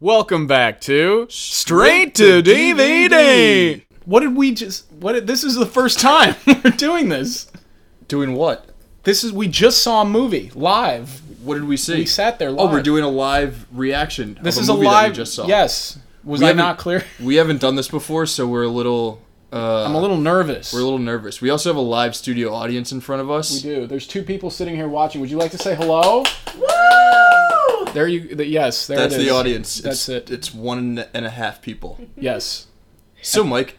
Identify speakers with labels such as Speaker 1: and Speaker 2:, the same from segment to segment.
Speaker 1: Welcome back to Straight to DVD.
Speaker 2: What did we just? What? Did, this is the first time we're doing this.
Speaker 1: Doing what?
Speaker 2: This is we just saw a movie live.
Speaker 1: What did we see?
Speaker 2: We sat there. Live.
Speaker 1: oh, we're doing a live reaction.
Speaker 2: This
Speaker 1: of a
Speaker 2: is a
Speaker 1: movie
Speaker 2: live.
Speaker 1: That we just saw.
Speaker 2: Yes. Was
Speaker 1: We
Speaker 2: I
Speaker 1: haven't-
Speaker 2: not clear?
Speaker 1: We haven't done this before, so we're a little. Uh,
Speaker 2: I'm a little nervous.
Speaker 1: We're a little nervous. We also have a live studio audience in front of
Speaker 2: we
Speaker 1: us.
Speaker 2: do. There's two people sitting here watching. Would you like to say hello? There you. The, yes. There
Speaker 1: That's
Speaker 2: it is.
Speaker 1: the audience.
Speaker 2: That's
Speaker 1: it's,
Speaker 2: it.
Speaker 1: It's one and a half people.
Speaker 2: Yes.
Speaker 1: So, Mike,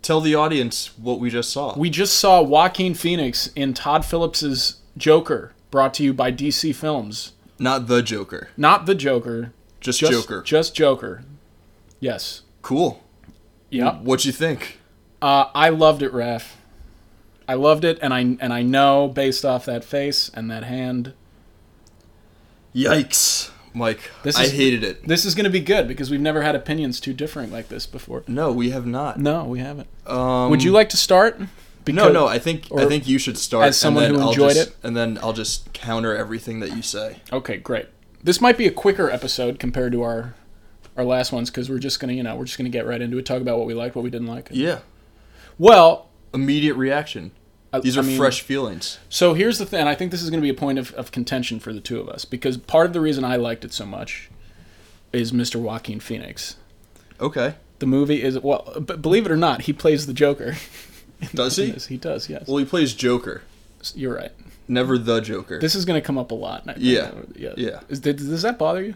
Speaker 1: tell the audience what we just saw.
Speaker 2: We just saw Joaquin Phoenix in Todd Phillips's Joker, brought to you by DC Films.
Speaker 1: Not the Joker,
Speaker 2: Not the Joker.
Speaker 1: just,
Speaker 2: Just,
Speaker 1: Joker.
Speaker 2: Just Joker. Yes.
Speaker 1: cool.
Speaker 2: Yep.
Speaker 1: What you think?
Speaker 2: Uh, I loved it, Raph. I loved it, and I and I know based off that face and that hand,
Speaker 1: Yikes, Mike.
Speaker 2: This
Speaker 1: I
Speaker 2: is-
Speaker 1: hated it.
Speaker 2: this is going to be good because we've never had opinions too differing like this before.
Speaker 1: No, we have not.
Speaker 2: No, we haven't.
Speaker 1: Um,
Speaker 2: Would you like to start?
Speaker 1: No,
Speaker 2: Because-
Speaker 1: no. I think I
Speaker 2: or-
Speaker 1: think you should start.
Speaker 2: as someone
Speaker 1: and then
Speaker 2: who
Speaker 1: I'll
Speaker 2: enjoyed
Speaker 1: just-
Speaker 2: it?
Speaker 1: and then I'll just counter everything that you say.
Speaker 2: Okay, great. This might be a quicker episode compared to our our last ones because we're just gonna you know we're just gonna get right into it, talk about what we liked, what we didn't like.
Speaker 1: Yeah.
Speaker 2: Well,
Speaker 1: Immediate reaction.
Speaker 2: I-
Speaker 1: These
Speaker 2: I
Speaker 1: are
Speaker 2: mean-
Speaker 1: fresh feelings.
Speaker 2: So here's the thing. and I think this is going to be a point of, of contention for the two of us because part of the reason I liked it so much is Mr. Joaquin Phoenix.
Speaker 1: Okay.
Speaker 2: The movie is well, b- believe it or not, he plays the Joker.
Speaker 1: Does
Speaker 2: In
Speaker 1: he?
Speaker 2: this. He does. Yes,
Speaker 1: Well, he plays Joker,
Speaker 2: you're right.
Speaker 1: never the Joker.
Speaker 2: This is going to come up a lot. I think.
Speaker 1: Yeah.
Speaker 2: Yeah.
Speaker 1: Yeah.
Speaker 2: Is, did, does that bother you?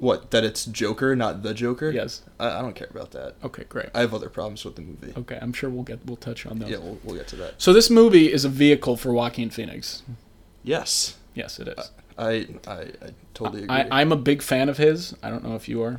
Speaker 1: what? That it's Joker, not the Joker.
Speaker 2: Yes.
Speaker 1: I, I don't care about that.
Speaker 2: Okay. Great.
Speaker 1: I have other problems with the movie.
Speaker 2: Okay. I'm sure we'll get we'll touch on those.
Speaker 1: Yeah, we'll, we'll get to that.
Speaker 2: So this movie is a vehicle for Joaquin Phoenix.
Speaker 1: Yes,
Speaker 2: Yes, it is.
Speaker 1: I I, I totally agree.
Speaker 2: I, I'm a big fan of his. I don't know if you are.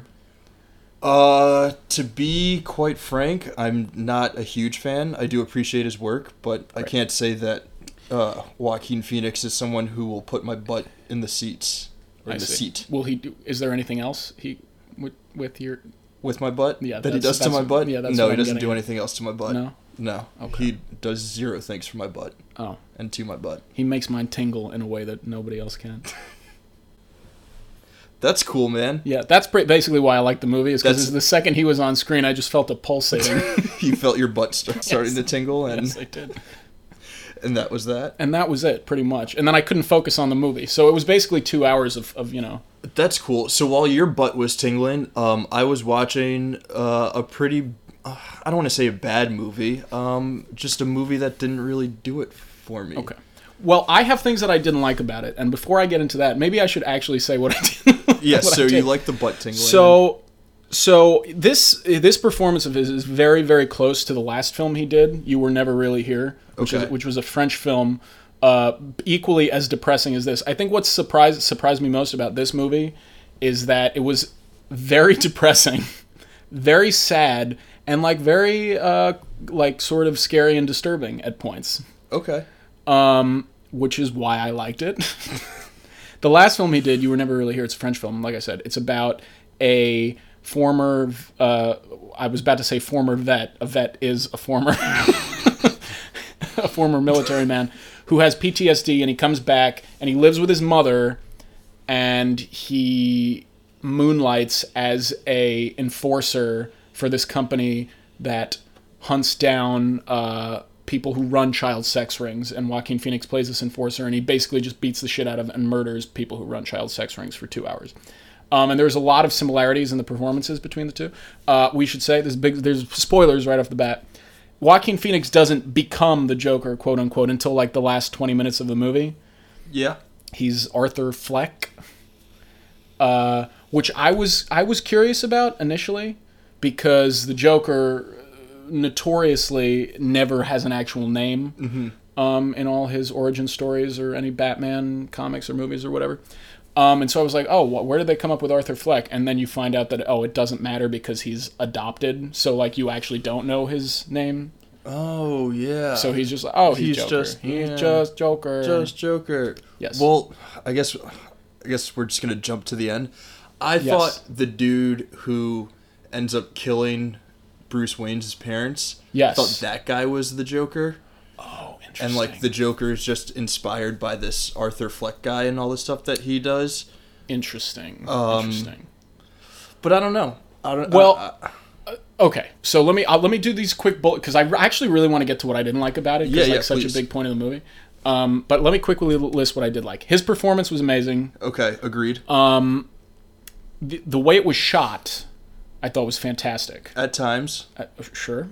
Speaker 1: Uh, to be quite frank, I'm not a huge fan. I do appreciate his work, but I can't say that uh, Joaquin Phoenix is someone who will put my butt in the seats or
Speaker 2: I
Speaker 1: in the
Speaker 2: see.
Speaker 1: seat
Speaker 2: Will he? Do, is there anything else he with with your
Speaker 1: with my butt.
Speaker 2: Yeah,
Speaker 1: that he
Speaker 2: that's-
Speaker 1: does to
Speaker 2: that's-
Speaker 1: my butt.
Speaker 2: yeah, that's
Speaker 1: no,
Speaker 2: what
Speaker 1: he
Speaker 2: I'm
Speaker 1: doesn't
Speaker 2: getting
Speaker 1: do
Speaker 2: at.
Speaker 1: anything else to my butt.
Speaker 2: no?
Speaker 1: no.
Speaker 2: Okay.
Speaker 1: He does zero things for my butt
Speaker 2: Oh,
Speaker 1: and to my butt.
Speaker 2: he makes mine tingle in a way that nobody else can.
Speaker 1: That's cool, man.
Speaker 2: Yeah, that's pre- basically why I like the movie. Is
Speaker 1: That's-
Speaker 2: because the second he was on screen, I just felt a pulsating.
Speaker 1: you felt your butt start, starting to tingle, and
Speaker 2: yes, I did.
Speaker 1: and that was that.
Speaker 2: And that was it, pretty much. And then I couldn't focus on the movie, so it was basically two hours of, of you know.
Speaker 1: That's cool. So while your butt was tingling, um, I was watching uh, a pretty, uh, I don't want to say a bad movie, um, just a movie that didn't really do it for me.
Speaker 2: Okay. Well, I have things that I didn't like about it, and before I get into that, maybe I should actually say what I did.
Speaker 1: Yes.
Speaker 2: what I
Speaker 1: so you
Speaker 2: did.
Speaker 1: like the butt tingling?
Speaker 2: So, so this this performance of his is very very close to the last film he did. You were never really here, which
Speaker 1: Okay.
Speaker 2: is, which was a French film, uh, equally as depressing as this. I think what surprised surprised me most about this movie is that it was very depressing, very sad, and like very uh, like sort of scary and disturbing at points
Speaker 1: okay.
Speaker 2: which is why I liked it. the last film he did, you were never really here. It's a French film, like I said. It's about a former. Uh, I was about to say former vet. A vet is a former, a former military man who has PTSD, and he comes back and he lives with his mother, and he moonlights as a enforcer for this company that hunts down uh, people who run child sex rings. And Joaquin Phoenix plays this enforcer, and he basically just beats the shit out of and murders people who run child sex rings for two hours. Um, and there's a lot of similarities in the performances between the two. Uh, we should say there's big there's spoilers right off the bat. Joaquin Phoenix doesn't become the Joker, quote unquote, until like the last 20 minutes of the movie.
Speaker 1: Yeah.
Speaker 2: He's Arthur Fleck, uh, which I was I was curious about initially because the Joker uh, notoriously never has an actual name
Speaker 1: Mm-hmm.
Speaker 2: um, in all his origin stories or any Batman comics or movies or whatever. Um, and so I was like, oh, wh- where did they come up with Arthur Fleck? And then you find out that oh, it doesn't matter because he's adopted, so like you actually don't know his name.
Speaker 1: Oh yeah.
Speaker 2: So he's just like, oh, he's,
Speaker 1: He's
Speaker 2: Joker.
Speaker 1: just-
Speaker 2: he's
Speaker 1: yeah.
Speaker 2: just Joker.
Speaker 1: just Joker.
Speaker 2: Yes.
Speaker 1: Well, I guess I guess we're just gonna jump to the end. I
Speaker 2: Yes.
Speaker 1: thought the dude who ends up killing Bruce Wayne's parents.
Speaker 2: Yes.
Speaker 1: Thought that guy was the Joker.
Speaker 2: oh, interesting.
Speaker 1: and like the Joker is just inspired by this Arthur Fleck guy and all the stuff that he does. um,
Speaker 2: Interesting. Interesting.
Speaker 1: But I don't know. I don't.
Speaker 2: Well, uh,
Speaker 1: I- I-
Speaker 2: Okay, so let me uh, let me do these quick bullet because I r- actually really want to get to what I didn't like about it. 'cause,
Speaker 1: Yeah,
Speaker 2: like,
Speaker 1: yeah,
Speaker 2: Such
Speaker 1: please.
Speaker 2: a big point of the movie. Um, but let me quickly l- list what I did like. His performance was amazing.
Speaker 1: okay, agreed.
Speaker 2: uh, The, the way it was shot, I thought was fantastic.
Speaker 1: At times,
Speaker 2: Uh, sure.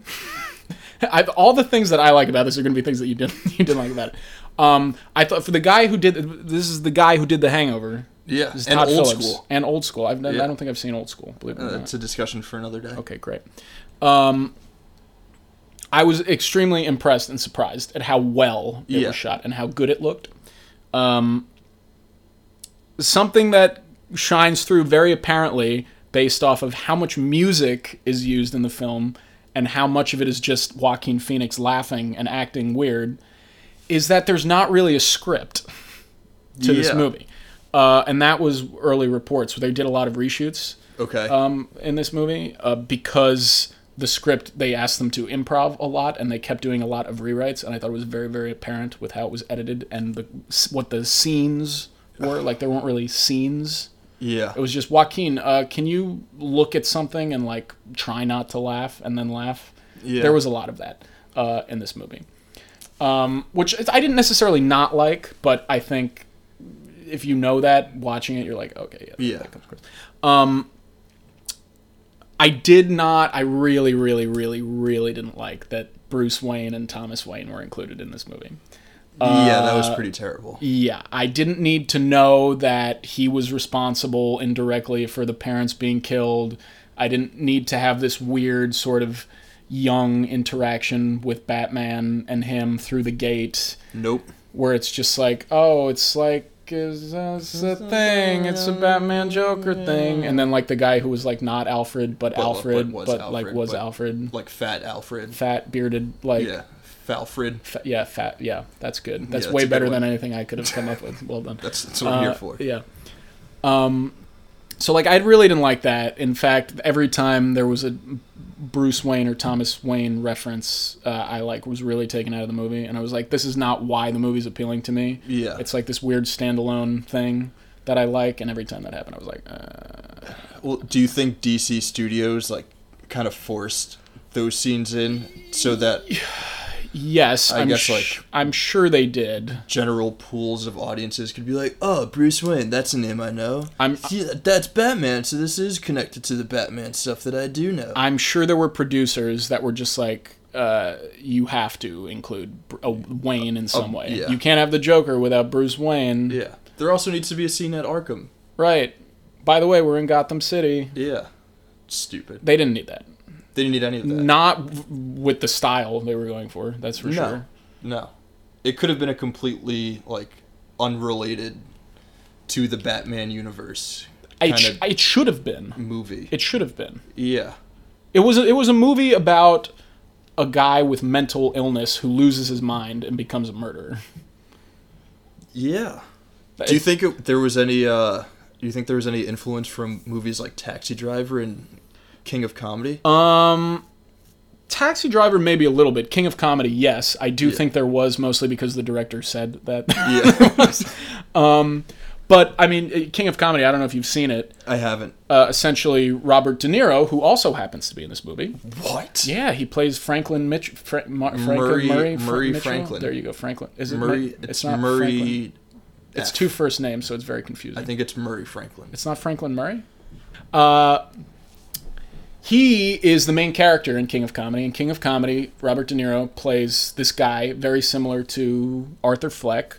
Speaker 2: I've, all the things that I like about this are going to be things that you didn't you didn't like about it. Um, I thought for the guy who did this is the guy who did The Hangover.
Speaker 1: yeah,
Speaker 2: This is
Speaker 1: and
Speaker 2: Todd
Speaker 1: old
Speaker 2: Phillips.
Speaker 1: school.
Speaker 2: and old school. I've never,
Speaker 1: Yeah. Uh,
Speaker 2: I don't think I've seen old school. Believe it or not.
Speaker 1: That's a discussion for another day.
Speaker 2: Okay, great. Um, I was extremely impressed and surprised at how well it
Speaker 1: Yeah.
Speaker 2: was shot and how good it looked. Um, something that shines through very apparently based off of how much music is used in the film and how much of it is just Joaquin Phoenix laughing and acting weird is that there's not really a script to this
Speaker 1: Yeah.
Speaker 2: movie. Uh, and that was early reports. They did a lot of reshoots
Speaker 1: Okay.
Speaker 2: um, in this movie uh, because the script they asked them to improv a lot and they kept doing a lot of rewrites and I thought it was very very apparent with how it was edited and the what the scenes were like there weren't really scenes
Speaker 1: yeah.
Speaker 2: it was just Joaquin uh, can you look at something and like try not to laugh and then laugh
Speaker 1: Yeah.
Speaker 2: there was a lot of that uh, in this movie um, which is- I didn't necessarily not like but I think if you know that watching it you're like okay yeah,
Speaker 1: Yeah.
Speaker 2: that comes across. I did not. I really, really, really, really didn't like that Bruce Wayne and Thomas Wayne were included in this movie.
Speaker 1: yeah, that
Speaker 2: Uh,
Speaker 1: was pretty terrible.
Speaker 2: Yeah, I didn't need to know that he was responsible indirectly for the parents being killed. I didn't need to have this weird sort of young interaction with Batman and him through the gate
Speaker 1: Nope.
Speaker 2: where it's just like, oh, it's like it's, uh, it's a thing, it's a Batman Joker thing, and then like the guy who was like not Alfred but,
Speaker 1: but
Speaker 2: Alfred,
Speaker 1: was
Speaker 2: but like
Speaker 1: Alfred,
Speaker 2: was
Speaker 1: but-
Speaker 2: Alfred,
Speaker 1: Like fat Alfred.
Speaker 2: fat bearded, like
Speaker 1: Yeah, Falfred.
Speaker 2: fa- yeah, fat, yeah, that's good. That's
Speaker 1: that's
Speaker 2: way
Speaker 1: a good
Speaker 2: better
Speaker 1: one.
Speaker 2: than anything I could have come up with. Well done.
Speaker 1: That's that's what I'm
Speaker 2: Uh,
Speaker 1: here for.
Speaker 2: Yeah. Um, so like I really didn't like that. In fact, every time there was a Bruce Wayne or Thomas Wayne reference, uh, I like was really taken out of the movie, and I was like, this is not why the movie's appealing to me.
Speaker 1: Yeah.
Speaker 2: It's like this weird standalone thing that I like, and every time that happened, I was like, uh,
Speaker 1: Well, do you think DC Studios like kind of forced those scenes in so that
Speaker 2: yes, I am
Speaker 1: guess,
Speaker 2: sh-
Speaker 1: like-
Speaker 2: I'm sure they did.
Speaker 1: general pools of audiences could be like, "Oh, Bruce Wayne, that's a name I know.
Speaker 2: I'm-
Speaker 1: yeah, that's Batman, so this is connected to the Batman stuff that I do know."
Speaker 2: I'm sure there were producers that were just like, uh, you have to include Br- uh, Wayne in some way.
Speaker 1: uh, yeah.
Speaker 2: You can't have the Joker without Bruce Wayne.
Speaker 1: yeah. There also needs to be a scene at Arkham.
Speaker 2: Right. By the way, we're in Gotham City.
Speaker 1: Yeah. Stupid.
Speaker 2: They didn't need that.
Speaker 1: They didn't need any of that.
Speaker 2: Not w- with the style they were going for. That's for
Speaker 1: No.
Speaker 2: sure.
Speaker 1: No. It could have been a completely like unrelated to the Batman universe
Speaker 2: It, sh-
Speaker 1: Kinda-
Speaker 2: it should have been.
Speaker 1: movie.
Speaker 2: It should have been.
Speaker 1: yeah.
Speaker 2: It was. A, it was a movie about a guy with mental illness who loses his mind and becomes a murderer.
Speaker 1: Yeah. Do you think it, there was any uh do you think there was any influence from movies like Taxi Driver and King of Comedy?
Speaker 2: Um, Taxi Driver? Maybe a little bit. King of Comedy? Yes, I do think there was mostly because the director said that.
Speaker 1: yeah.
Speaker 2: but I mean, uh, King of Comedy. I don't know if you've seen it.
Speaker 1: I haven't.
Speaker 2: Uh, essentially, Robert De Niro, who also happens to be in this movie,
Speaker 1: What?
Speaker 2: Yeah, he plays Franklin Mitch Fra- Ma- Franklin
Speaker 1: Murray-
Speaker 2: Murray Fra-
Speaker 1: Murray
Speaker 2: Mitchell?
Speaker 1: Franklin.
Speaker 2: There you go, Franklin. Is it
Speaker 1: Murray
Speaker 2: Mi-
Speaker 1: it's, Murray
Speaker 2: Franklin. It's
Speaker 1: F.
Speaker 2: two first names, so it's very confusing.
Speaker 1: I think it's Murray Franklin.
Speaker 2: it's not Franklin Murray. Uh, he is the main character in King of Comedy. In King of Comedy, Robert De Niro plays this guy very similar to Arthur Fleck,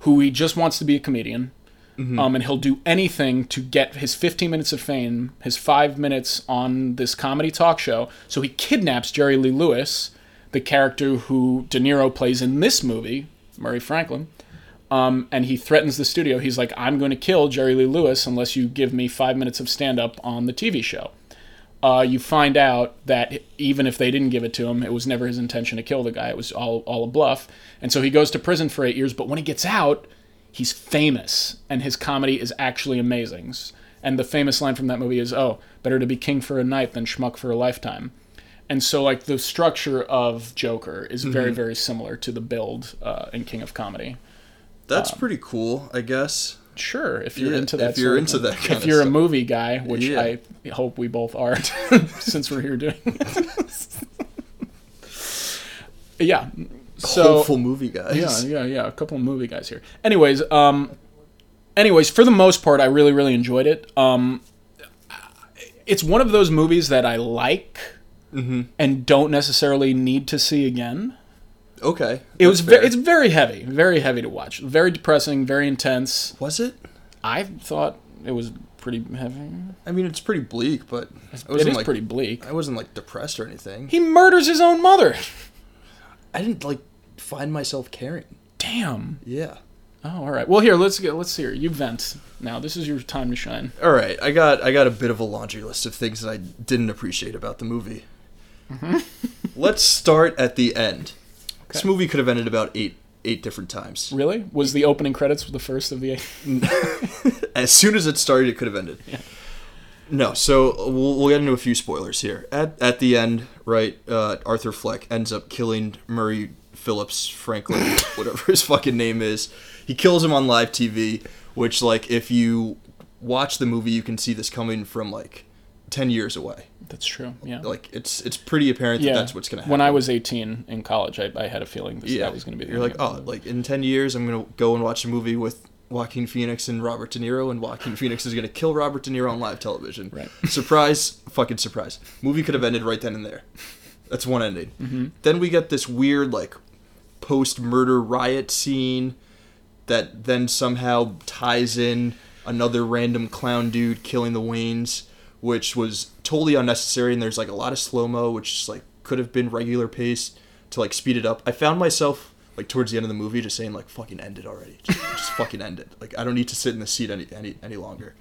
Speaker 2: who he just wants to be a comedian. Um, and he'll do anything to get his 15 minutes of fame, his five minutes on this comedy talk show. So he kidnaps Jerry Lee Lewis, the character who De Niro plays in this movie, Murray Franklin. Um, and he threatens the studio. He's like, I'm going to kill Jerry Lee Lewis unless you give me five minutes of stand up on the TV show. Uh, you find out that even if they didn't give it to him, it was never his intention to kill the guy. It was all, all a bluff. And so he goes to prison for eight years. But when he gets out, he's famous and his comedy is actually amazing. And the famous line from that movie is, "Oh, better to be king for a night than schmuck for a lifetime." And so, like the structure of Joker is very, very similar to the build uh, in King of Comedy.
Speaker 1: That's pretty cool, I guess.
Speaker 2: sure if you're
Speaker 1: Yeah,
Speaker 2: into that.
Speaker 1: if
Speaker 2: sort
Speaker 1: you're
Speaker 2: of
Speaker 1: into
Speaker 2: thing.
Speaker 1: that kind
Speaker 2: if
Speaker 1: of
Speaker 2: you're a
Speaker 1: stuff.
Speaker 2: movie guy, which
Speaker 1: Yeah.
Speaker 2: I hope we both are, since we're here doing this. yeah. So
Speaker 1: Hopeful movie guys.
Speaker 2: yeah, yeah, yeah. A couple of movie guys here. Anyways, um, anyways, for the most part, I really, really enjoyed it. Um, it's one of those movies that I like
Speaker 1: Mm-hmm.
Speaker 2: and don't necessarily need to see again.
Speaker 1: Okay.
Speaker 2: It was ve-
Speaker 1: very.
Speaker 2: it's very heavy, very heavy to watch, very depressing, very intense.
Speaker 1: was it?
Speaker 2: I thought it was pretty heavy.
Speaker 1: I mean, it's pretty bleak, but I
Speaker 2: It
Speaker 1: wasn't
Speaker 2: is
Speaker 1: like
Speaker 2: pretty bleak.
Speaker 1: I wasn't like depressed or anything.
Speaker 2: He murders his own mother.
Speaker 1: I didn't like find myself caring.
Speaker 2: Damn.
Speaker 1: Yeah.
Speaker 2: Oh, all right. Well, here let's get let's hear you vent. Now this is your time to shine.
Speaker 1: All right, I got I got a bit of a laundry list of things that I didn't appreciate about the movie.
Speaker 2: Mm-hmm.
Speaker 1: Let's start at the end. This movie could have ended about eight eight different times.
Speaker 2: Really? Was the opening credits the first of the?
Speaker 1: As soon as it started, it could have ended. No, so we'll, we'll get into a few spoilers here. At at the end, right? Uh, Arthur Fleck ends up killing Murray Phillips Franklin, whatever his fucking name is. He kills him on live TV, which like if you watch the movie, you can see this coming from like ten years away.
Speaker 2: That's true. Yeah.
Speaker 1: like it's it's pretty apparent
Speaker 2: yeah.
Speaker 1: that that's what's gonna happen.
Speaker 2: When I was 18 in college, I, I had a feeling this,
Speaker 1: yeah,
Speaker 2: that was going to be. the
Speaker 1: you're
Speaker 2: end
Speaker 1: like,
Speaker 2: of
Speaker 1: oh, like in ten years, I'm gonna go and watch a movie with Joaquin Phoenix and Robert De Niro, and Joaquin Phoenix is gonna kill Robert De Niro on live television.
Speaker 2: Right.
Speaker 1: Surprise! fucking surprise! Movie could have ended right then and there. That's one ending.
Speaker 2: Mm-hmm.
Speaker 1: Then we get this weird like post murder riot scene that then somehow ties in another random clown dude killing the Waynes, which was totally unnecessary. And there's like a lot of slow mo, which is like could have been regular pace to like speed it up. I found myself like towards the end of the movie just saying like fucking end it already, just, just fucking end it. Like I don't need to sit in the seat any any any longer.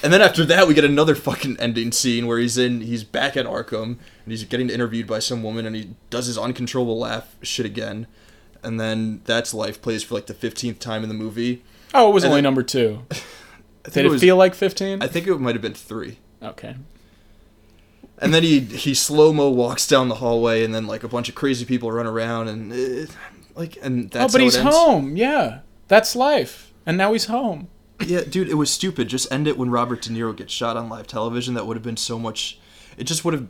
Speaker 1: And then after that, we get another fucking ending scene where he's in, he's back at Arkham, and he's getting interviewed by some woman, and he does his uncontrollable laugh shit again. And then that's life plays for like the fifteenth time in the movie.
Speaker 2: Oh, it was
Speaker 1: and
Speaker 2: only
Speaker 1: then-
Speaker 2: number two.
Speaker 1: I think
Speaker 2: Did it,
Speaker 1: was,
Speaker 2: feel like 15?
Speaker 1: I think it might have been three.
Speaker 2: okay.
Speaker 1: And then he he slow mo walks down the hallway, and then like a bunch of crazy people run around, and uh, like and
Speaker 2: Oh,
Speaker 1: that's
Speaker 2: but
Speaker 1: how
Speaker 2: he's
Speaker 1: it ends.
Speaker 2: home. Yeah. That's life. And now he's home.
Speaker 1: Yeah, dude, it was stupid. Just end it when Robert De Niro gets shot on live television. That would have been so much. It just would have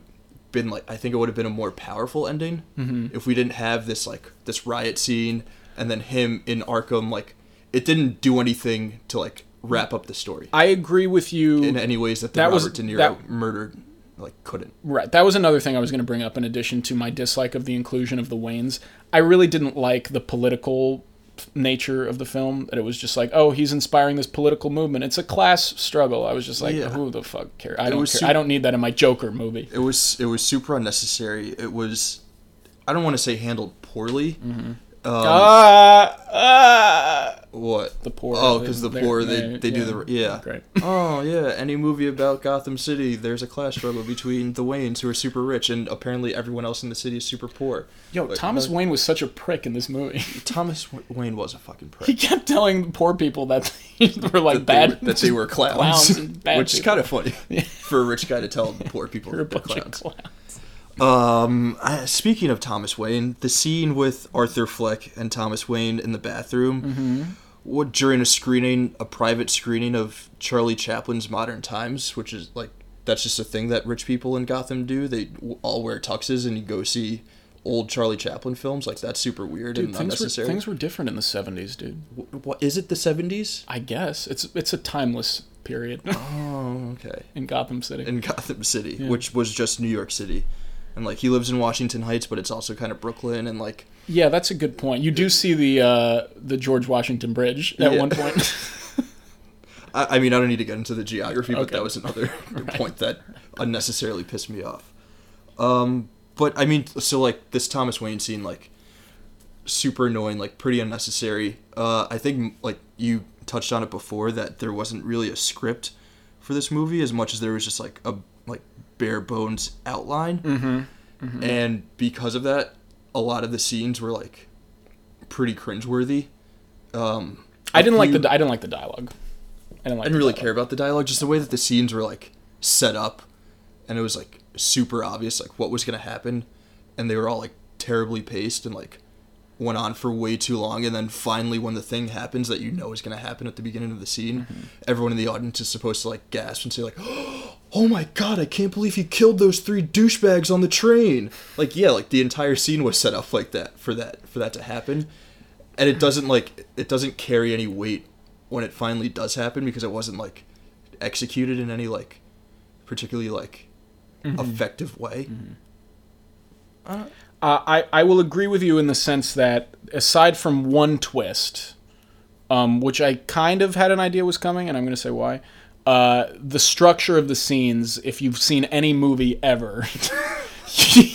Speaker 1: been like I think it would have been a more powerful ending
Speaker 2: Mm-hmm.
Speaker 1: if we didn't have this like this riot scene and then him in Arkham. Like it didn't do anything to like
Speaker 2: Mm.
Speaker 1: wrap up the story
Speaker 2: I agree with you.
Speaker 1: in any ways that the
Speaker 2: That
Speaker 1: Robert
Speaker 2: was-
Speaker 1: De Niro
Speaker 2: that-
Speaker 1: murdered like couldn't.
Speaker 2: Right. That was another thing I was going to bring up in addition to my dislike of the inclusion of the Waynes. I really didn't like the political f- nature of the film that it was just like oh he's inspiring this political movement it's a class struggle i was just like
Speaker 1: Yeah.
Speaker 2: who the fuck care i don't care
Speaker 1: was
Speaker 2: i don't need that in my joker movie
Speaker 1: It was it was super unnecessary. It was I don't want to say handled poorly.
Speaker 2: Mm-hmm. ah, ah.
Speaker 1: What
Speaker 2: the poor
Speaker 1: Oh, because the
Speaker 2: they're-
Speaker 1: poor they
Speaker 2: they're-
Speaker 1: they, do the yeah.
Speaker 2: great
Speaker 1: oh yeah, any movie about Gotham City, there's a class struggle between the Waynes who are super rich and apparently everyone else in the city is super poor.
Speaker 2: yo
Speaker 1: Like,
Speaker 2: thomas
Speaker 1: no-
Speaker 2: wayne was such a prick in this movie
Speaker 1: Thomas W- Wayne was a fucking
Speaker 2: he
Speaker 1: prick.
Speaker 2: kept telling the poor people that they were like bad
Speaker 1: They were- that they were clowns,
Speaker 2: clowns and bad
Speaker 1: which is
Speaker 2: people.
Speaker 1: kind of funny for a rich guy to tell poor people
Speaker 2: were a
Speaker 1: that they're
Speaker 2: bunch of
Speaker 1: clowns.
Speaker 2: clowns.
Speaker 1: Um, I, speaking of Thomas Wayne, the scene with Arthur Fleck and Thomas Wayne in the bathroom,
Speaker 2: Mm-hmm.
Speaker 1: what during a screening, a private screening of Charlie Chaplin's Modern Times, which is like that's just a thing that rich people in Gotham do. They w- all wear tuxes and you go see old Charlie Chaplin films. Like that's super weird
Speaker 2: Dude,
Speaker 1: and
Speaker 2: things were,
Speaker 1: unnecessary.
Speaker 2: things were different in the 70s dude
Speaker 1: W- what is it? The seventies?
Speaker 2: I guess it's it's a timeless period
Speaker 1: Oh, okay.
Speaker 2: in Gotham City.
Speaker 1: In Gotham City, which was just New York City, and like he lives in Washington Heights, but it's also kind of Brooklyn and like.
Speaker 2: yeah, that's a good point. You do see the uh, the George Washington Bridge at
Speaker 1: Yeah.
Speaker 2: one point.
Speaker 1: I, I mean, I don't need to get into the geography, but
Speaker 2: Okay.
Speaker 1: that was another point that unnecessarily pissed me off. Um, but I mean, so like this Thomas Wayne scene, like super annoying, like pretty unnecessary. Uh, I think like you touched on it before that there wasn't really a script for this movie as much as there was just like a like bare bones outline, and because of that, a lot of the scenes were like pretty cringeworthy. Um,
Speaker 2: I didn't like
Speaker 1: you-
Speaker 2: the I didn't like the dialogue. I didn't like.
Speaker 1: I didn't really care about the dialogue, just the way that the scenes were like set up, and it was like super obvious like what was gonna happen, and they were all like terribly paced and like went on for way too long, and then finally when the thing happens that you know is going to happen at the beginning of the scene, everyone in the audience is supposed to like gasp and say like, "Oh my god, I can't believe he killed those three douchebags on the train!" Like yeah, like the entire scene was set up like that for that for that to happen, and it doesn't like it doesn't carry any weight when it finally does happen because it wasn't like executed in any like particularly like
Speaker 2: Mm-hmm.
Speaker 1: effective way.
Speaker 2: Uh, I I will agree with you in the sense that aside from one twist, um, which I kind of had an idea was coming, and I'm going to say why. Uh, the structure of the scenes, if you've seen any movie ever,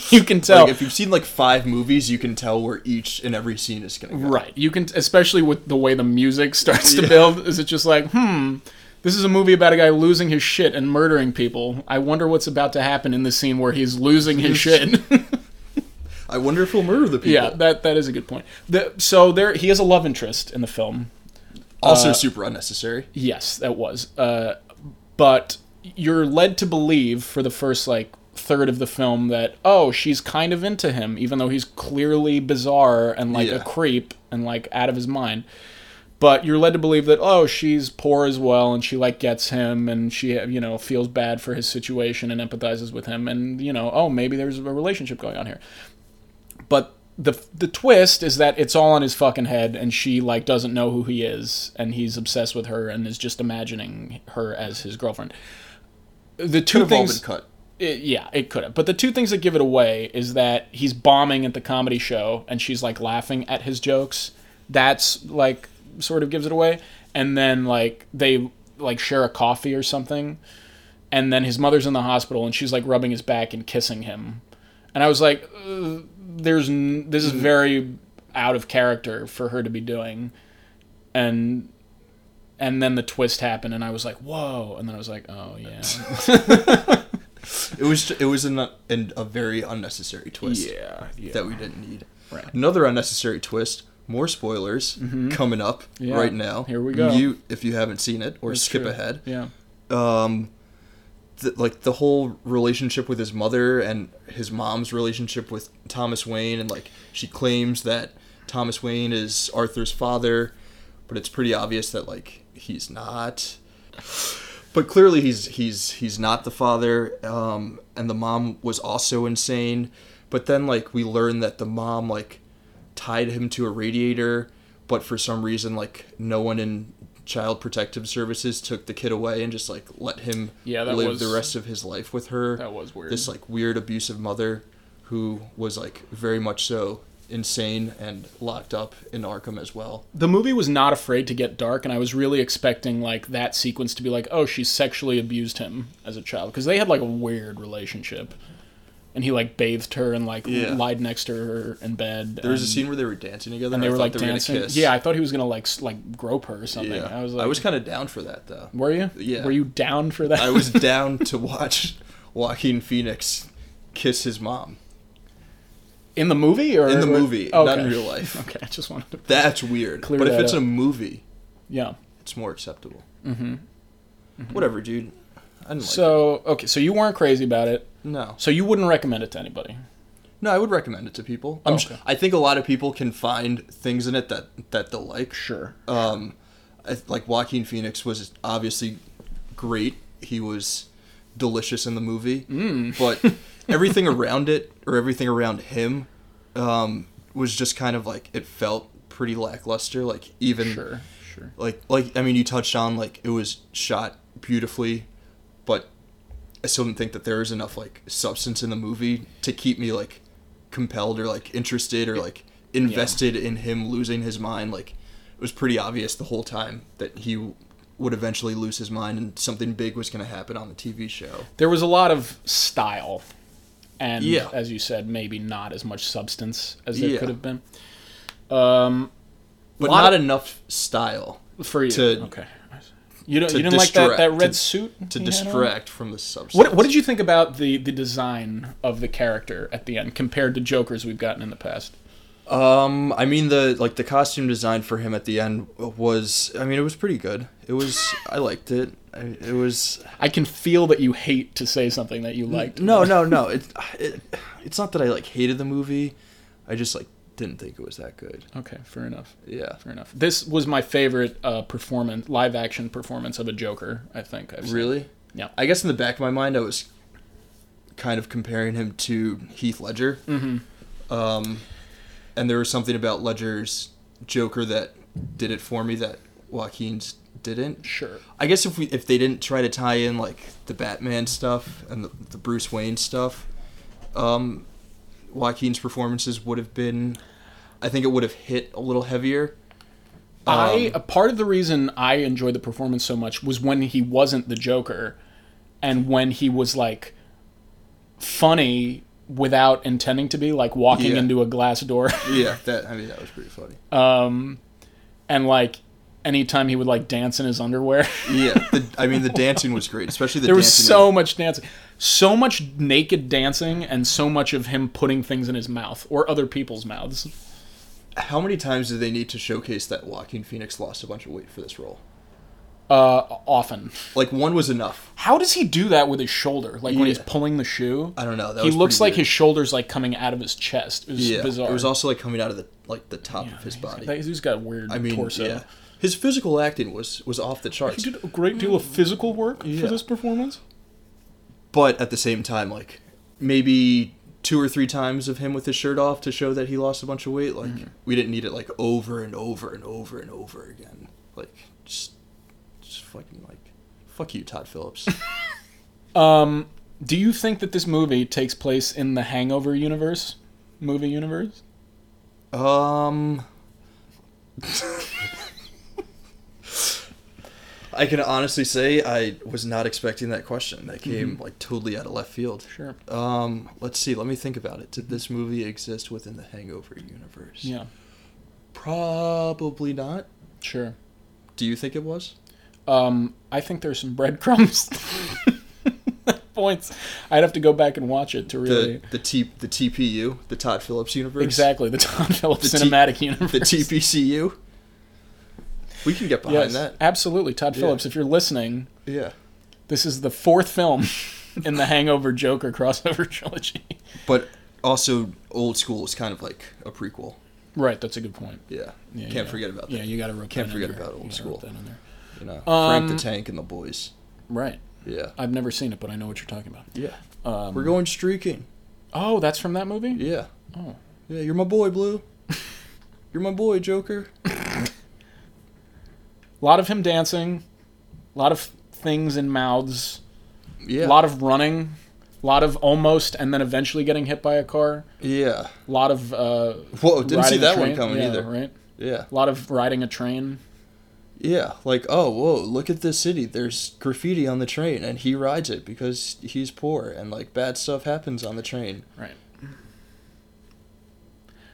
Speaker 2: you can tell.
Speaker 1: Like if you've seen like five movies, you can tell where each and every scene is gonna go.
Speaker 2: Right. You can, especially with the way the music starts to build, is it just like, hmm, this is a movie about a guy losing his shit and murdering people. I wonder what's about to happen in the scene where he's losing his shit.
Speaker 1: I wonder if he'll murder the people.
Speaker 2: yeah, uh, that that is a good point. The, so there, he has a love interest in the film.
Speaker 1: also super unnecessary.
Speaker 2: Yes, that was. Uh, but you're led to believe for the first like third of the film that oh, she's kind of into him, even though he's clearly bizarre and like
Speaker 1: Yeah.
Speaker 2: a creep and like out of his mind. But you're led to believe that oh, she's poor as well, and she like gets him, and she you know feels bad for his situation and empathizes with him, and you know oh maybe there's a relationship going on here. But the the twist is that it's all on his fucking head, and she like doesn't know who he is, and he's obsessed with her, and is just imagining her as his girlfriend. The two
Speaker 1: Could have all been
Speaker 2: things,
Speaker 1: cut.
Speaker 2: it- yeah, it could have. But the two things that give it away is that he's bombing at the comedy show, and she's like laughing at his jokes. That's like sort of gives it away, and then like they like share a coffee or something, and then his mother's in the hospital, and she's like rubbing his back and kissing him, and I was like, "Uh, there's n- this is very out of character for her to be doing, and. And then the twist happened, and I was like, "Whoa!" And then I was like, "Oh yeah,
Speaker 1: It was it was an, an, a very unnecessary twist
Speaker 2: yeah, yeah."
Speaker 1: that we didn't need.
Speaker 2: Right. Mm-hmm.
Speaker 1: Another unnecessary twist. More spoilers coming up
Speaker 2: Yeah.
Speaker 1: right now.
Speaker 2: Here we go.
Speaker 1: Mute if you haven't seen it or skip
Speaker 2: true.
Speaker 1: ahead.
Speaker 2: Yeah.
Speaker 1: Th like the whole relationship with his mother and his mom's relationship with Thomas Wayne, and like she claims that Thomas Wayne is Arthur's father, but it's pretty obvious that like he's not. But clearly, he's he's he's not the father, um, and the mom was also insane. But then, like we learn that the mom like tied him to a radiator, but for some reason, like no one in child protective services took the kid away and just like let him
Speaker 2: Yeah, that
Speaker 1: live
Speaker 2: was-
Speaker 1: the rest of his life with her.
Speaker 2: That was weird.
Speaker 1: This like weird abusive mother who was like very much so insane and locked up in Arkham as well.
Speaker 2: the movie was not afraid to get dark, and I was really expecting like that sequence to be like, oh, she sexually abused him as a child because they had like a weird relationship, and he like bathed her and like
Speaker 1: Yeah.
Speaker 2: lied next to her in bed.
Speaker 1: There was a scene where they were dancing together and,
Speaker 2: they
Speaker 1: I
Speaker 2: were
Speaker 1: thought
Speaker 2: like
Speaker 1: they were
Speaker 2: dancing.
Speaker 1: gonna kiss.
Speaker 2: Yeah, I thought he was gonna like s- like grope her or something.
Speaker 1: yeah.
Speaker 2: I was like,
Speaker 1: kind of down for that though.
Speaker 2: were you?
Speaker 1: Yeah.
Speaker 2: Were you down for that?
Speaker 1: I was down to watch Joaquin Phoenix kiss his mom
Speaker 2: in the movie or
Speaker 1: in the
Speaker 2: or-
Speaker 1: movie, not in
Speaker 2: okay.
Speaker 1: real life.
Speaker 2: Okay, I just wanted to.
Speaker 1: That's weird.
Speaker 2: Clear
Speaker 1: but if
Speaker 2: that
Speaker 1: it's
Speaker 2: up.
Speaker 1: a movie,
Speaker 2: Yeah.
Speaker 1: it's more acceptable. Mm-hmm. Whatever, dude. I didn't like it.
Speaker 2: So okay, so you weren't crazy about it,
Speaker 1: No,
Speaker 2: so you wouldn't recommend it to anybody.
Speaker 1: no, I would recommend it to people. I'm
Speaker 2: Okay.
Speaker 1: sh- I think a lot of people can find things in it that that they'll like.
Speaker 2: Sure.
Speaker 1: Um, I, th- like Joaquin Phoenix was obviously great. He was delicious in the movie, mm. but everything around it or everything around him um, was just kind of like it felt pretty lackluster. Like even
Speaker 2: Sure. Sure.
Speaker 1: like like I mean you touched on like it was shot beautifully, but I still didn't think that there was enough like substance in the movie to keep me like compelled or like interested or like invested in him losing his mind. Like it was pretty obvious the whole time that he would eventually lose his mind and something big was going to happen on the TV show.
Speaker 2: there was a lot of style and
Speaker 1: Yeah.
Speaker 2: as you said maybe not as much substance as there
Speaker 1: Yeah.
Speaker 2: could have been
Speaker 1: But
Speaker 2: Lot
Speaker 1: not
Speaker 2: of-
Speaker 1: enough style
Speaker 2: for you
Speaker 1: To-
Speaker 2: okay you don't
Speaker 1: to
Speaker 2: you didn't like that, that
Speaker 1: distract,
Speaker 2: red
Speaker 1: to-
Speaker 2: suit
Speaker 1: to
Speaker 2: he had on?
Speaker 1: distract from the substance.
Speaker 2: what, what did you think about the, the design of the character at the end compared to jokers we've gotten in the past
Speaker 1: Um, I mean the like the costume design for him at the end was. I mean, it was pretty good. It was. I liked it. I, it was.
Speaker 2: i can feel that you hate to say something that you liked
Speaker 1: No, no, no. It, it. It's not that I like hated the movie. I just like didn't think it was that good.
Speaker 2: Okay, fair enough.
Speaker 1: Yeah.
Speaker 2: Fair enough. This was my favorite uh, performance, live action performance of a Joker. I think. I've seen.
Speaker 1: Really?
Speaker 2: Yeah.
Speaker 1: I guess in the back of my mind, I was kind of comparing him to Heath Ledger. Mm-hmm. Um, and there was something about Ledger's Joker that did it for me that Joaquin's didn't.
Speaker 2: Sure.
Speaker 1: I guess if we if they didn't try to tie in like the Batman stuff and the, the Bruce Wayne stuff, um, Joaquin's performances would have been, I think it would have hit a little heavier. Um,
Speaker 2: I a part of the reason I enjoyed the performance so much was when he wasn't the Joker, and when he was like funny without intending to be, like walking
Speaker 1: Yeah.
Speaker 2: into a glass door,
Speaker 1: Yeah, that I mean that was pretty funny.
Speaker 2: and like anytime he would like dance in his underwear.
Speaker 1: Yeah, the, I mean the dancing was great, especially the
Speaker 2: there was
Speaker 1: dancing in
Speaker 2: so much dancing, so much naked dancing, and so much of him putting things in his mouth or other people's mouths.
Speaker 1: How many times do they need to showcase that Joaquin Phoenix lost a bunch of weight for this role?
Speaker 2: Uh, often.
Speaker 1: Like one was enough.
Speaker 2: How does he do that with his shoulder? Like when he's
Speaker 1: Yeah.
Speaker 2: pulling the shoe,
Speaker 1: I don't know. That
Speaker 2: he
Speaker 1: was
Speaker 2: looks
Speaker 1: pretty
Speaker 2: like
Speaker 1: weird.
Speaker 2: his shoulders like coming out of his chest. It was
Speaker 1: yeah.
Speaker 2: bizarre.
Speaker 1: It was also like coming out of the like the top of his
Speaker 2: He's-
Speaker 1: body.
Speaker 2: that- he's got a weird
Speaker 1: I mean,
Speaker 2: torso.
Speaker 1: yeah. His physical acting was was off the
Speaker 2: He
Speaker 1: charts,
Speaker 2: did a great deal of physical work
Speaker 1: Yeah.
Speaker 2: for this performance.
Speaker 1: but at the same time, like maybe two or three times of him with his shirt off to show that he lost a bunch of weight. Like we didn't need it like over and over and over and over again. Like just just fucking like fuck you, Todd Phillips.
Speaker 2: Do you think that this movie takes place in the Hangover universe, movie universe?
Speaker 1: Um, I can honestly say I was not expecting that question. That came like totally out of left field.
Speaker 2: Sure.
Speaker 1: Um, let's see. Let me think about it. Did this movie exist within the Hangover universe?
Speaker 2: Yeah,
Speaker 1: Probably not.
Speaker 2: sure.
Speaker 1: Do you think it was?
Speaker 2: Um, I think there's some breadcrumbs. Points. I'd have to go back and watch it to really
Speaker 1: The the T the TPU the Todd Phillips universe.
Speaker 2: exactly the Tom Phillips
Speaker 1: The T-
Speaker 2: cinematic universe.
Speaker 1: The TPCU. We can get behind
Speaker 2: Yes,
Speaker 1: that.
Speaker 2: absolutely. Todd Phillips, if you're listening,
Speaker 1: Yeah.
Speaker 2: this is the fourth film in the Hangover Joker crossover trilogy.
Speaker 1: But also, old school is kind of like a prequel.
Speaker 2: Right, that's a good point.
Speaker 1: Yeah.
Speaker 2: Yeah,
Speaker 1: Can't
Speaker 2: yeah.
Speaker 1: forget about
Speaker 2: Yeah,
Speaker 1: that.
Speaker 2: you got to rope.
Speaker 1: Can't
Speaker 2: that
Speaker 1: forget
Speaker 2: in there.
Speaker 1: about old
Speaker 2: You gotta
Speaker 1: school.
Speaker 2: rope that in there.
Speaker 1: You know,
Speaker 2: Um,
Speaker 1: Frank the Tank and the boys.
Speaker 2: Right.
Speaker 1: Yeah.
Speaker 2: I've never seen it, but I know what you're talking about.
Speaker 1: Yeah.
Speaker 2: Um,
Speaker 1: We're going streaking.
Speaker 2: oh, that's from that movie.
Speaker 1: Yeah.
Speaker 2: Oh.
Speaker 1: Yeah, you're my boy, Blue. you're my boy, Joker.
Speaker 2: A lot of him dancing, a lot of things in mouths,
Speaker 1: Yeah.
Speaker 2: a lot of running, a lot of almost, and then eventually getting hit by a car.
Speaker 1: yeah.
Speaker 2: A lot of uh,
Speaker 1: Whoa, didn't
Speaker 2: riding
Speaker 1: see
Speaker 2: a
Speaker 1: that one
Speaker 2: train.
Speaker 1: coming
Speaker 2: Yeah,
Speaker 1: either.
Speaker 2: Right.
Speaker 1: Yeah.
Speaker 2: A lot of riding a train.
Speaker 1: Yeah. Like, oh, whoa, look at this city. There's graffiti on the train, and he rides it because he's poor, and, like, bad stuff happens on the train.
Speaker 2: Right.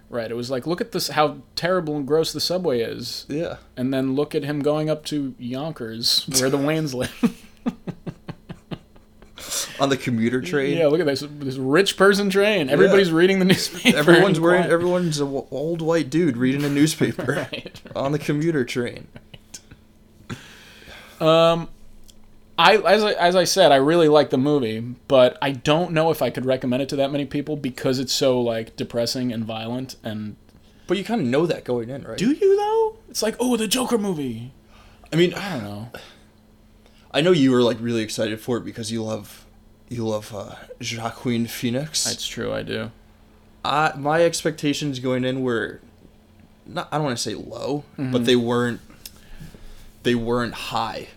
Speaker 2: Right. It was like, look at this, how terrible and gross the subway is,
Speaker 1: Yeah.
Speaker 2: and then look at him going up to Yonkers, where the Waynes live.
Speaker 1: On the commuter train.
Speaker 2: yeah. Look at this, this rich person train. Everybody's reading the newspaper.
Speaker 1: Everyone's
Speaker 2: and
Speaker 1: wearing.
Speaker 2: quiet.
Speaker 1: Everyone's a w- old white dude reading a newspaper
Speaker 2: Right.
Speaker 1: on the commuter train.
Speaker 2: I as I, as I said, I really like the movie, but I don't know if I could recommend it to that many people because it's so like depressing and violent. And
Speaker 1: But you kind of know that going in, right?
Speaker 2: do you though? It's like oh, the Joker movie.
Speaker 1: I mean,
Speaker 2: I don't know.
Speaker 1: I know you were like really excited for it because you love you love uh, Joaquin Phoenix.
Speaker 2: It's true, I do.
Speaker 1: I, my expectations going in were not I don't want to say low,
Speaker 2: Mm-hmm.
Speaker 1: but they weren't they weren't high.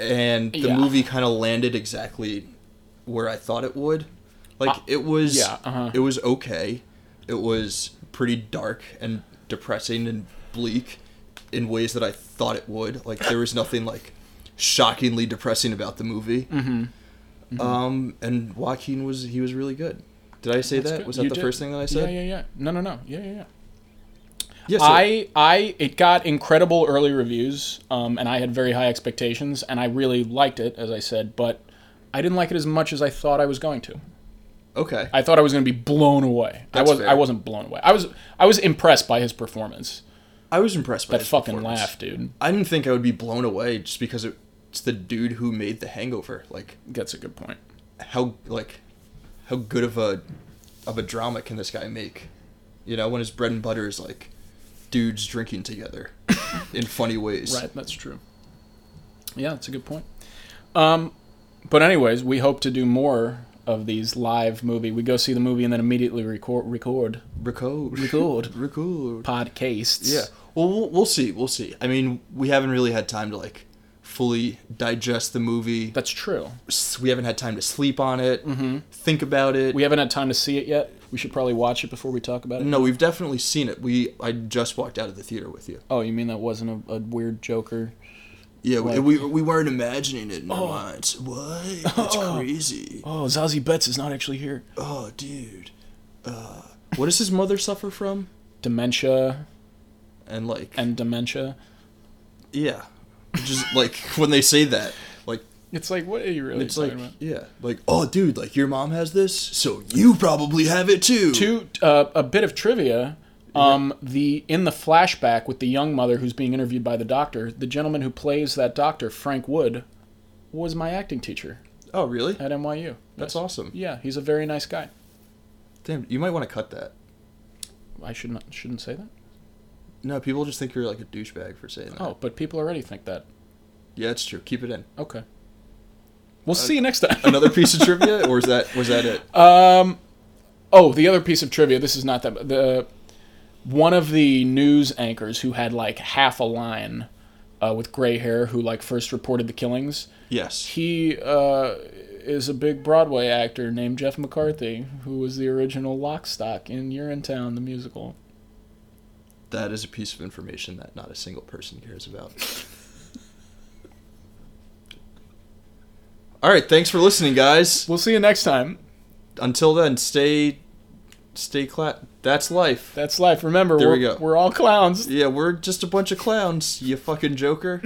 Speaker 1: And the
Speaker 2: Yeah.
Speaker 1: movie kind of landed exactly where I thought it would. Like it was
Speaker 2: Ah, yeah, uh-huh.
Speaker 1: it was okay. It was pretty dark and depressing and bleak in ways that I thought it would. Like there was nothing like shockingly depressing about the movie.
Speaker 2: Mm-hmm.
Speaker 1: Um and Joaquin was he was really good. Did I say
Speaker 2: That's
Speaker 1: that?
Speaker 2: good.
Speaker 1: Was that
Speaker 2: You
Speaker 1: the
Speaker 2: did.
Speaker 1: first thing that I
Speaker 2: Yeah,
Speaker 1: said?
Speaker 2: yeah, yeah. No, no, no. Yeah, yeah, yeah.
Speaker 1: Yes, sir.
Speaker 2: I I it got incredible early reviews, um, and I had very high expectations, and I really liked it, as I said, but I didn't like it as much as I thought I was going to.
Speaker 1: Okay.
Speaker 2: I thought I was going to be blown away.
Speaker 1: That's
Speaker 2: I was
Speaker 1: fair.
Speaker 2: I wasn't blown away. I was I was impressed by his performance.
Speaker 1: I was impressed by
Speaker 2: That
Speaker 1: his
Speaker 2: fucking
Speaker 1: performance.
Speaker 2: laugh, dude.
Speaker 1: I didn't think I would be blown away just because it's the dude who made The Hangover. Like
Speaker 2: That's a good point.
Speaker 1: how like how good of a of a drama can this guy make? You know, when his bread and butter is like dudes drinking together in funny ways.
Speaker 2: Right, that's true. Yeah, that's a good point. Um, but anyways, we hope to do more of these live movie. We go see the movie and then immediately record record
Speaker 1: Record.
Speaker 2: Record.
Speaker 1: Record.
Speaker 2: podcasts.
Speaker 1: Yeah. Well, we'll we'll see. We'll see. I mean, we haven't really had time to like fully digest the movie.
Speaker 2: that's true.
Speaker 1: S- We haven't had time to sleep on it,
Speaker 2: Mm-hmm.
Speaker 1: think about it.
Speaker 2: We haven't had time to see it yet. We should probably watch it before we talk about it.
Speaker 1: no, we've definitely seen it. We I just walked out of the theater with you.
Speaker 2: Oh, you mean that wasn't a, a weird Joker?
Speaker 1: Yeah, we-
Speaker 2: Like-
Speaker 1: we, we weren't imagining it in our minds. What? That's crazy.
Speaker 2: Oh, Zazie Betts is not actually here.
Speaker 1: Oh, dude. Uh, what does his mother suffer from?
Speaker 2: Dementia
Speaker 1: And like,
Speaker 2: and dementia.
Speaker 1: yeah, just like when they say that, like
Speaker 2: It's like, what are you really
Speaker 1: it's like
Speaker 2: talking about?
Speaker 1: yeah, like oh, dude, like your mom has this, so you probably have it too.
Speaker 2: Two, uh, a bit of trivia. Um, the in the flashback with the young mother who's being interviewed by the doctor, the gentleman who plays that doctor, Frank Wood, was my acting teacher
Speaker 1: Oh, really?
Speaker 2: at NYU.
Speaker 1: That's
Speaker 2: Yes.
Speaker 1: awesome.
Speaker 2: Yeah, he's a very nice guy.
Speaker 1: Damn, you might want to cut that.
Speaker 2: I should not shouldn't say that.
Speaker 1: No, people just think you're like a douchebag for saying that.
Speaker 2: Oh, but people already think that.
Speaker 1: yeah, it's true. Keep it in.
Speaker 2: Okay. We'll see you next time.
Speaker 1: Uh, Another piece of trivia, or is that was that it?
Speaker 2: Uh, Oh, the other piece of trivia. This is not that the one of the news anchors who had like half a line uh, with gray hair, who like first reported the killings.
Speaker 1: yes.
Speaker 2: He uh, is a big Broadway actor named Jeff McCarthy, who was the original Lockstock in Urinetown, the musical.
Speaker 1: That is a piece of information that not a single person cares about. All right, thanks for listening, guys.
Speaker 2: We'll see you next time.
Speaker 1: Until then, stay, stay cla That's life.
Speaker 2: That's life. Remember,
Speaker 1: There
Speaker 2: we're,
Speaker 1: we go.
Speaker 2: we're all clowns.
Speaker 1: Yeah, we're just a bunch of clowns. You fucking joker.